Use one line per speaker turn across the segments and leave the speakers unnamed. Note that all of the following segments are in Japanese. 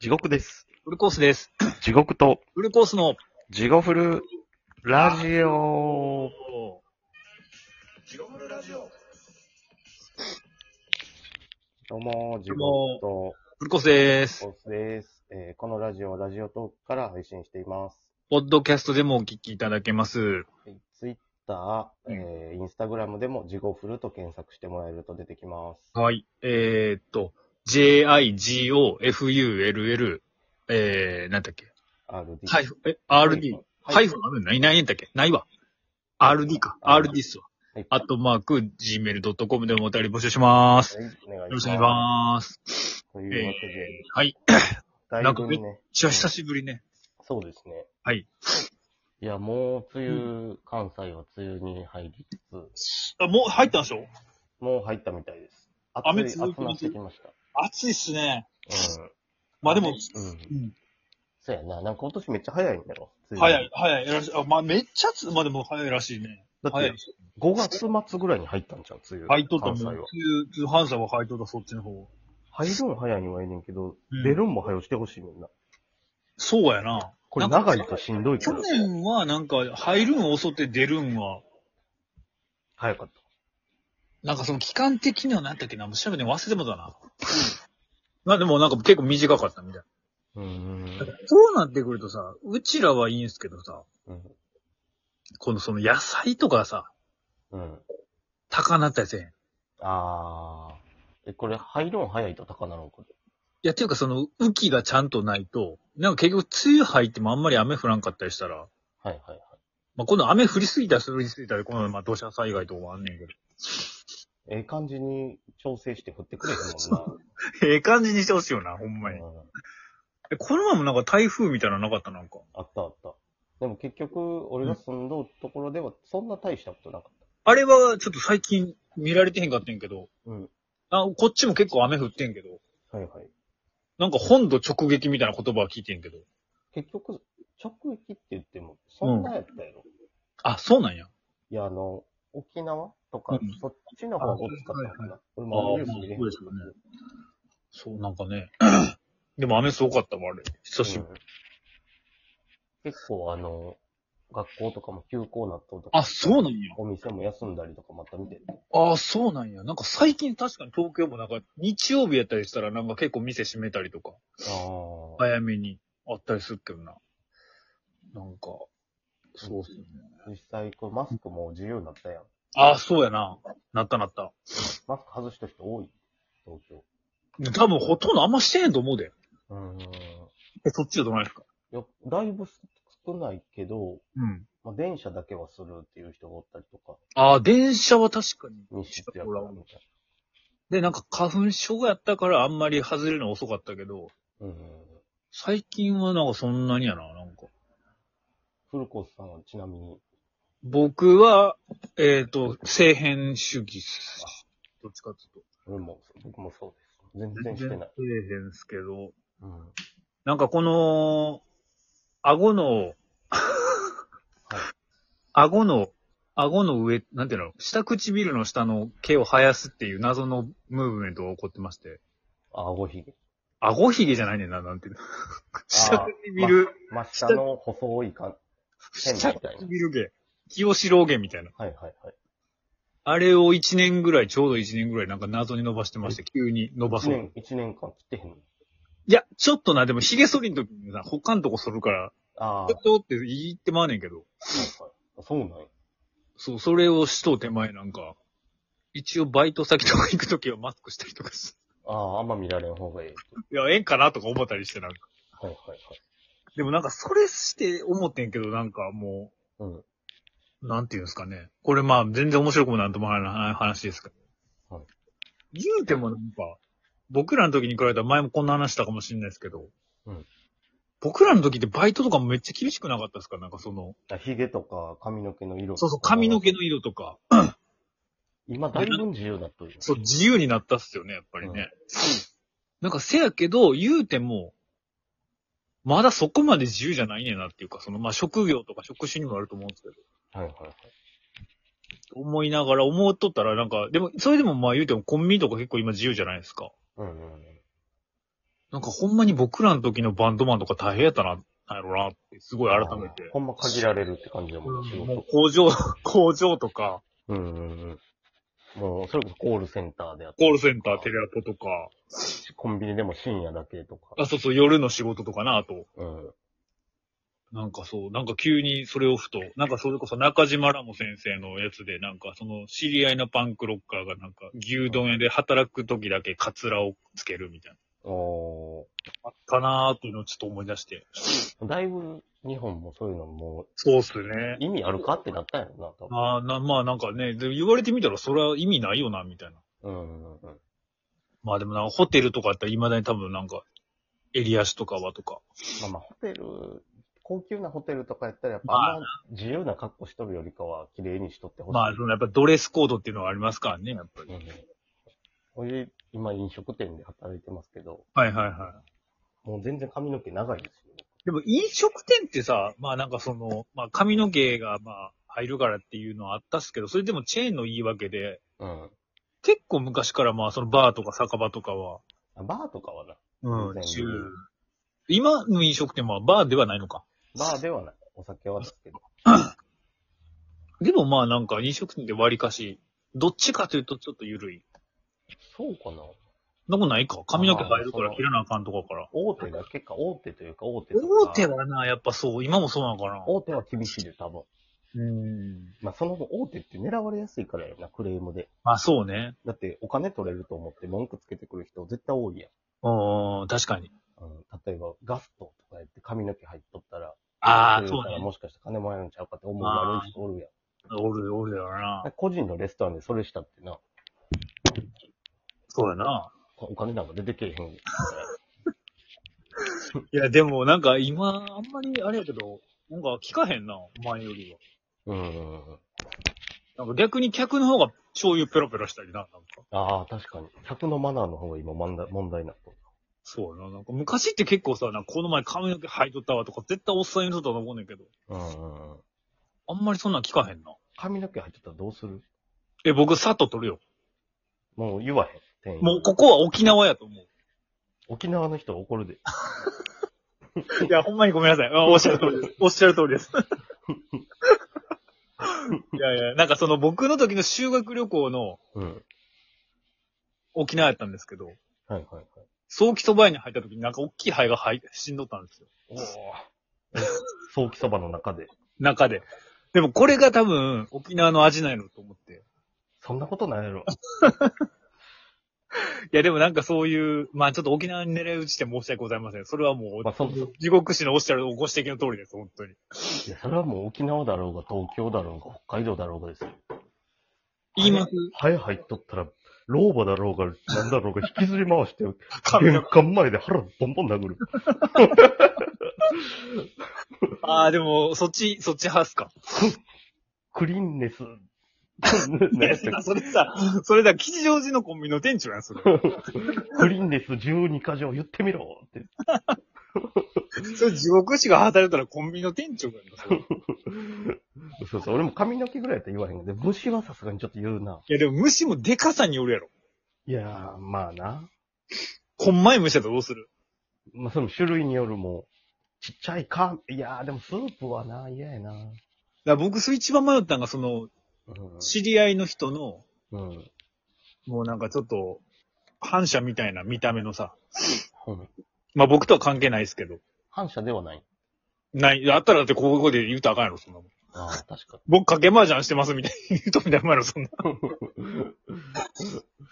地獄です。
フルコースです。
地獄と、
フルコースの、
地獄フル、ラジオ。
どうも、自分と、
フルコースです。
ボスです、えーこのラジオはラジオトークから配信しています。
ポッドキャストでもお聞きいただけます。
ツイッター、えー、インスタグラムでも、ジゴフルと検索してもらえると出てきます。
はい。えー、っと、J-I-G-O-F-U-L-L、えー、なんだっけ。
RD。
ハイフ、え、RD。ハイ
フ
フンあるないないんだっけないわ。RD か。RD っすわ
はい。
アットマーク、gmail.com でもお便り募集します。よ
はい、お願いします。
ろしくお願いします。
というわけで、
はい。
だいぶね、
じゃあ久しぶりね。
そうですね。
はい。
いや、もう、梅雨、関西は梅雨に入りつつ、
あ、もう入ったんでしょ
もう入ったみたいです。
雨
暑い、
続い
暑くなって
てます
きました。
暑いっすね。
うん。
まあでも、
うん。
うん。
そうやな、なんか今年めっちゃ早いんだよ。梅雨
早い、早いらしい。あ、まあ、めっちゃつ、まあでも早いらしいね。
だっ
早
て
い。、
5月末ぐらいに入ったんじゃん、梅雨。
入っとったもん。
関西
通
は。
通販車は入っとった、そっちの方。
入るん早いにはいいねんけど、
うん
出るんも早うしてほしいみんな。
そうやな。
これ
なんか
長いとしんどいか
去
ら。
年はなんか、入るん遅って出るんは、
早かった。
なんかその期間的にはなんだっけな、もう調べて忘れてもだな。まあでもなんか結構短かったみたいな。
うーん。
そうなってくるとさ、うちらはいいんすけどさ、
うん。
このその野菜とかさ、
うん。
高なったやつやん。い
あー。え、これ、入るん早いと高なのこれ。
や、っていうかその、雨季がちゃんとないと、なんか結局梅雨入ってもあんまり雨降らんかったりしたら、
はいはいはい。
まあ、今度雨降りすぎたら降りすぎたで、今度まあ土砂災害とかもあんねんけど。
ええ感じに調整して振ってくれへんも
ええ感じにしてほしいよな、ほん ま
ん
に。
な。うん。
えこの前もなんか台風みたいなのなかったなんか。
あったあった。でも結局、俺が住んどるところでは、そんな大したことなかっ
あれはちょっと最近見られてへんかったんやけど、
た。うん。
あこっちも結構雨降ってんけど、
はいはい。
なんか本土直撃みたいな言葉は聞いてんけど。
結局、直撃って言っても、そんなやったやろ。
あ、そうなんや。
いや、あの、沖縄とか、
うん
そっちの方が大きかったのかな。俺も
あ
あ
ー
のニュース見れへん
そうですよねそう、なんかね。 でも雨すごかったもん、あれ。久しぶり。
うん結構、あの、学校とかも休校なっとるとか。
あ、そうなんや。
お店も休んだりとかまた見てる。
あ、そうなんや。なんか最近確かに東京もなんか日曜日やったりしたらなんか結構店閉めたりとか。
ああ、
早めにあったりするけどな。なんか、そうっすね。
実際、これマスクも自由になったやん。
ああ、そうやな。なったなった。
マスク外した人多い東京。
多分ほとんどあんましてへんと思うで。
うーん。
え、そっちだとないですか
よだいぶ少ないけど、
うん。
まあ、電車だけはするっていう人がおったりとか、
ああ、電車は確かに。
密室やからみたい
で、なんか花粉症がやったからあんまり外れるの遅かったけど、
な。うん。
最近はなんかそんなにやな、なんか。
フルコースさんはちなみに、
僕は、えっ、と、性変主義っす。どっちかっていうと。
俺も、僕もそうです。全然してない。
性変っすけど、
うん。はい。
なんかこの、顎の、顎の、顎の上、なんていうの、下唇の下の毛を生やすっていう謎のムーブメントが起こってまして。
顎ひげ。
顎ひげじゃないねんな、なんていうの。下唇、
真っ下の細い感変な
下
みたいな。
唇毛。清志郎毛みたいな。
はいはいはい。
あれを1年ぐらい、ちょうど1年ぐらいなんか謎に伸ばしてまして、急に伸ば
一
そうと。
年、一年間切ってへんの。
いや、ちょっとな、でも髭剃りの時にさ、他のとこ剃るから、
ああ、は
ち
い
ょっとって言ってまうねんけど。
はい。そうなんや。
そう、それをしとう手前なんか、一応バイト先とか行くときはマスクしたりとかし、
ああ、あんま見られん方がいい。
いや、ええんかなとか思ったりしてなんか。
はいはい
でもなんかそれして思ってんけどなんかも
はい。うん。
う、なんていうんですかね。これまあ全然面白くもなんともない話ですけど。
はい
言うてもなんか、僕らの時に比べたら前もこんな話したかもしれないですけど。
うん
僕らの時ってバイトとかもめっちゃ厳しくなかったですかなんかその、
だ髭とか髪の毛の色とか
そうそう、髪の毛。の色とか、
今だいぶ自由になっとるよ。
そう、自由になったっすよね、やっぱり
うん
ね。なんかせやけど、言うても、まだそこまで自由じゃないねんなっていうか、その、まあ、職業とか職種にもあると思うんですけど、
はいはいはい。
思いながら思っとったら、なんか、でも、それでもまあ言うてもコンビニとか結構今自由じゃないですか。
うんうんうん。
なんかほんまに僕らの時のバンドマンとか大変やったな、なんやろなって、すごい改めて。
ほんま限られるって感じだもんね、仕
もう
事。
工場、工場とか、
うんうんうん。もう、それこそコールセンターであった
コ
り
ー
とか
ルセンター、テレアポとか、
コンビニでも深夜だけとか。
あ、そうそう、夜の仕事とかな、あと。
うん。
なんかそう、なんか急にそれをふと、なんかそれこそ中島ラモ先生のやつで、なんかその知り合いのパンクロッカーがなんか牛丼屋で働く時だけカツラをつけるみたいな。
お
あったなーっていうのをちょっと思い出して。
ーだいぶ、日本もそういうのも
そうっす
う、。
ね
意味あるかってなったんやろな、多分。
あーなまあなんかね、で言われてみたらそれは意味ないよな、みたいな。
うんうんうん。
まあでもなんかホテルとかやったら未だに多分なんか、襟足とかはとか。
まあまあ、ホテル、高級なホテルとかやったら、やっぱあんま自由な格好しとるよりかは、綺麗にしとってほしい。
まあそのやっぱドレスコードっていうのはありますからね、やっぱり。
うん。俺、今飲食店で働いてますけど、
はいはいはい。
もう全然髪の毛長いですよ。
でも飲食店ってさ、まあなんかその、まあ髪の毛がまあ入るからっていうのはあったっすけど、それでもチェーンの言い訳で、
うん。
結構昔からまあそのバーとか酒場とかは、
あバーとかはな、
う
全
ん、
然
自由今の飲食店はバーではないのか。
バーではない。お酒はですけど。
でもまあなんか飲食店で割かし、どっちかというとちょっと緩い。
そうかな
そんなもんないか。髪の毛入るか
まあま
ら
あ
切らなあかんとかから。
大手だけか、大手というか、大手とか。
大手はな、やっぱそう、今もそうなのかな。
大手は厳しいで、多分。
うん。
まあ、その分大手って狙われやすいからやろな、クレームで。
まあそうね。
だって、お金取れると思って文句つけてくる人絶対多いやん。
うん、確かに。
うん、例えば、ガストとかやって髪の毛入っとったら、
ああ、
そ
そ
れ
う
から
ね。
もしかして金もらえるんちゃうかって思う悪い人おるやん。
おる、おるよな。
個人のレストランでそれしたってな、
そうやな。
お金なんか出てけえへんから。
いや、でもなんか今、あんまりあれやけど、なんか聞かへんな、前より
う
は。
んうんうん。
なんか逆に客の方が醤油ペロペロしたりな、なんか。
ああ、確かに。客のマナーの方が今問題問題になと。
そうやな。なんか昔って結構さ、なんかこの前髪の毛履いとったわとか、絶対おっさんいるとったと思うねんけど、
うんうんうん。
あんまりそんなん聞かへんな。
髪の毛入ってたらどうする
え、僕、さっと取るよ。
もう言わへん。店員
もうここは沖縄やと思う。
沖縄の人は怒るで。
いや、ほんまにごめんなさい。あおっしゃる通りです。おっしゃる通りです。 いやいや、なんかその僕の時の修学旅行の
うん。
沖縄やったんですけど、
はいはいはい。
早期そば屋に入った時になんか大きい灰が入死んどったんですよ。
おお。早期そばの中で。
中で。でもこれが多分沖縄の味なんやろと思って。
そんなことないやろ。
いやでもなんかそういう、まあちょっと沖縄に狙い撃ちして申し訳ございません。それはもう、
まあ、その、い
地獄師のおっしゃるご指摘の通りです、本当に。
や、それはもう沖縄だろうが、東京だろうが、北海道だろうがですよ。
言います。
ハエ入っとったら、老婆だろうが、なんだろうが、引きずり回して、
神の
関前で腹ボンボン殴る。
ああ、でも、そっち、そっち派っす か。
クリーンネ ス。
いや、それさ、それだ、吉祥寺のコンビニの店長やん、それ。
クリーンネス12箇条言ってみろって。
それ地獄師が働いたらコンビニの店長やんか、それ。い
そうそう、俺も髪の毛ぐらいと言わへんけど、虫はさすがにちょっと言うな。
や、でも虫もデカさによるやろ。
いやー、まあな。
こんまい虫やったらどうする
まあその種類によるもん、ちっちゃいか、いやー、でもスープはな、嫌やな。
だから僕、それ一番迷ったのが、その、
う
知り合いの人の、
ん。うん。
もうなんかちょっと、反射みたいな見た目のさ。
うん
まあ僕とは関係ないですけど。
反射ではない。
ない。あったらだってここで言うとあかんやろ、そんなもん。
ああ、確か
僕かけ麻雀してますみたいに言うとみたいなもんやろ、そんな。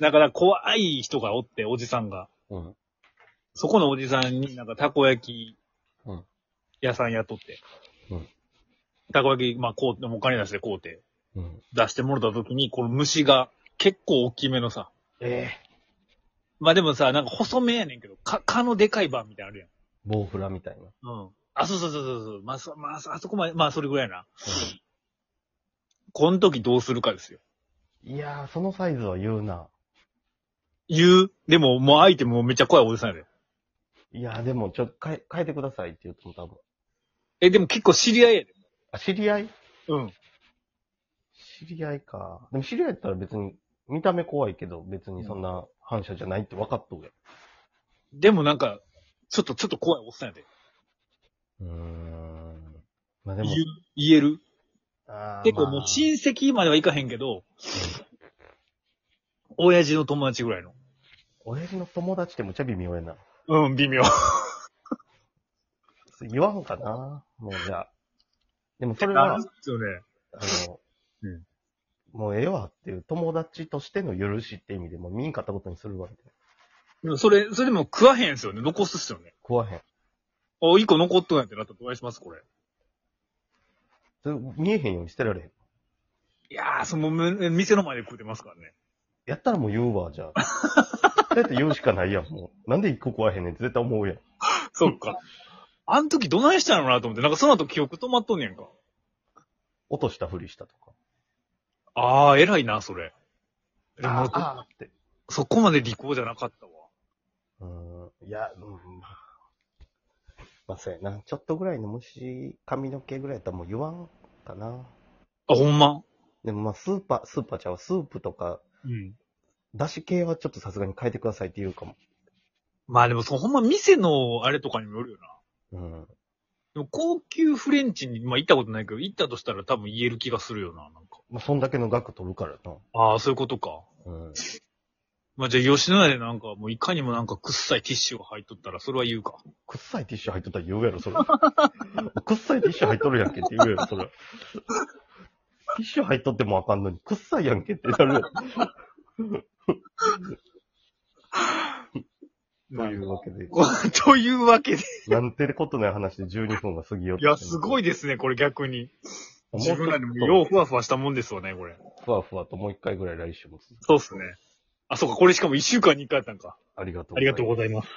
だから怖い人がおって、おじさんが。
に。うん。
そこのおじさんになんかたこ焼き
うん
屋さん雇って。
うん
たこ焼き、まあこう、お金出してこうて、
うん。
出してもらった時に、この虫が結構大きめのさ。
ええ
まあでもさ、なんか細めやねんけど、か、蚊のでかい版みたいなのあるやん。
棒フラみたいな。
うん。あ、そうそうそうそうそう。まあ、そ、まあ、そあそこまで、まあ、それぐらいやな。この時どうするかですよ。
いやー、そのサイズは言うな。
言う。でも、もう相手もめっちゃ怖いおじさんやで。
いやー、でも、ちょ、変え、変えてくださいって言うとも多分。
え、でも結構知り合いやで。
あ、知り合い
うん。
知り合いか。でも知り合いやったら別に、見た目怖いけど、別にそんな反射じゃないって分かっとるやん。
でもなんか、ちょっと、ちょっと怖いおっさんやで。
うーん。まあで
言
も
う、言える
あー
結構
ま
もう
あ
親戚まではいかへんけど、親父の友達ぐらいの。
親父の友達ってむちゃ微妙やな。
うん、微妙。
言わんかなもうじゃあ。でもそれは、あ
ですよね。
の、
うん
もうええわっていう友達としての許しって意味でもう見んかったことにするわみたいな。
でもそれ、それでも食わへんすよね。残すっすよね。
食わへん。
あ、一個残っとんやってなったらどうしますこれ。
それ見えへんようにしてられへん。
いやー、その、む店の前で食うてますからね。
やったらもう言うわ、じゃあ。そうやって言うしかないやん、もう。なんで一個食わへんねんって絶対思うやん。
そっか。あの時どないしたのかなと思って、なんかその後記憶止まっとんねんか。
落としたふりしたとか。
あー、偉いな、それ。でも、
あーって。
そこまで利口じゃなかったわ。
うーん、いや、うん、まあ。まあ、そうやな。ちょっとぐらいの虫、髪の毛ぐらいやったらもう言わんかな。
あ、ほんま
でもまあ、スーパー、スーパーちゃうわ、スープとか、
うん。
だし系はちょっとさすがに変えてくださいって言うかも。
まあでも、そのほんま店のあれとかにもよるよな。
うん。
でも高級フレンチに、まあ行ったことないけど、行ったとしたら多分言える気がするよな、なんか。
まあ、そんだけの額取るからな。
ああ、そういうことか。
うん。
まあじゃあ吉野家でなんか、もういかにもなんかくっさいティッシュが入っとったら、それは言うか。
くっさいティッシュ入っとったら言うやろ、 それ。くっさいティッシュ入っとるやんけって言うやろ、それ。ティッシュ入っとってもあかんのに、くっさいやんけってな るやろ。というわけで、
というわけで。
なんてことない話で12分が過ぎよう
いや、すご
い。
いですね、これ逆に。
もう
自分らでもようふわふわしたもんですわね、これ。
ふわふわともう一回ぐらい来週も続く
そうっすね。あ、そうか、これしかも一週間に一回やったんか。
ありがとう
ありがとうございます。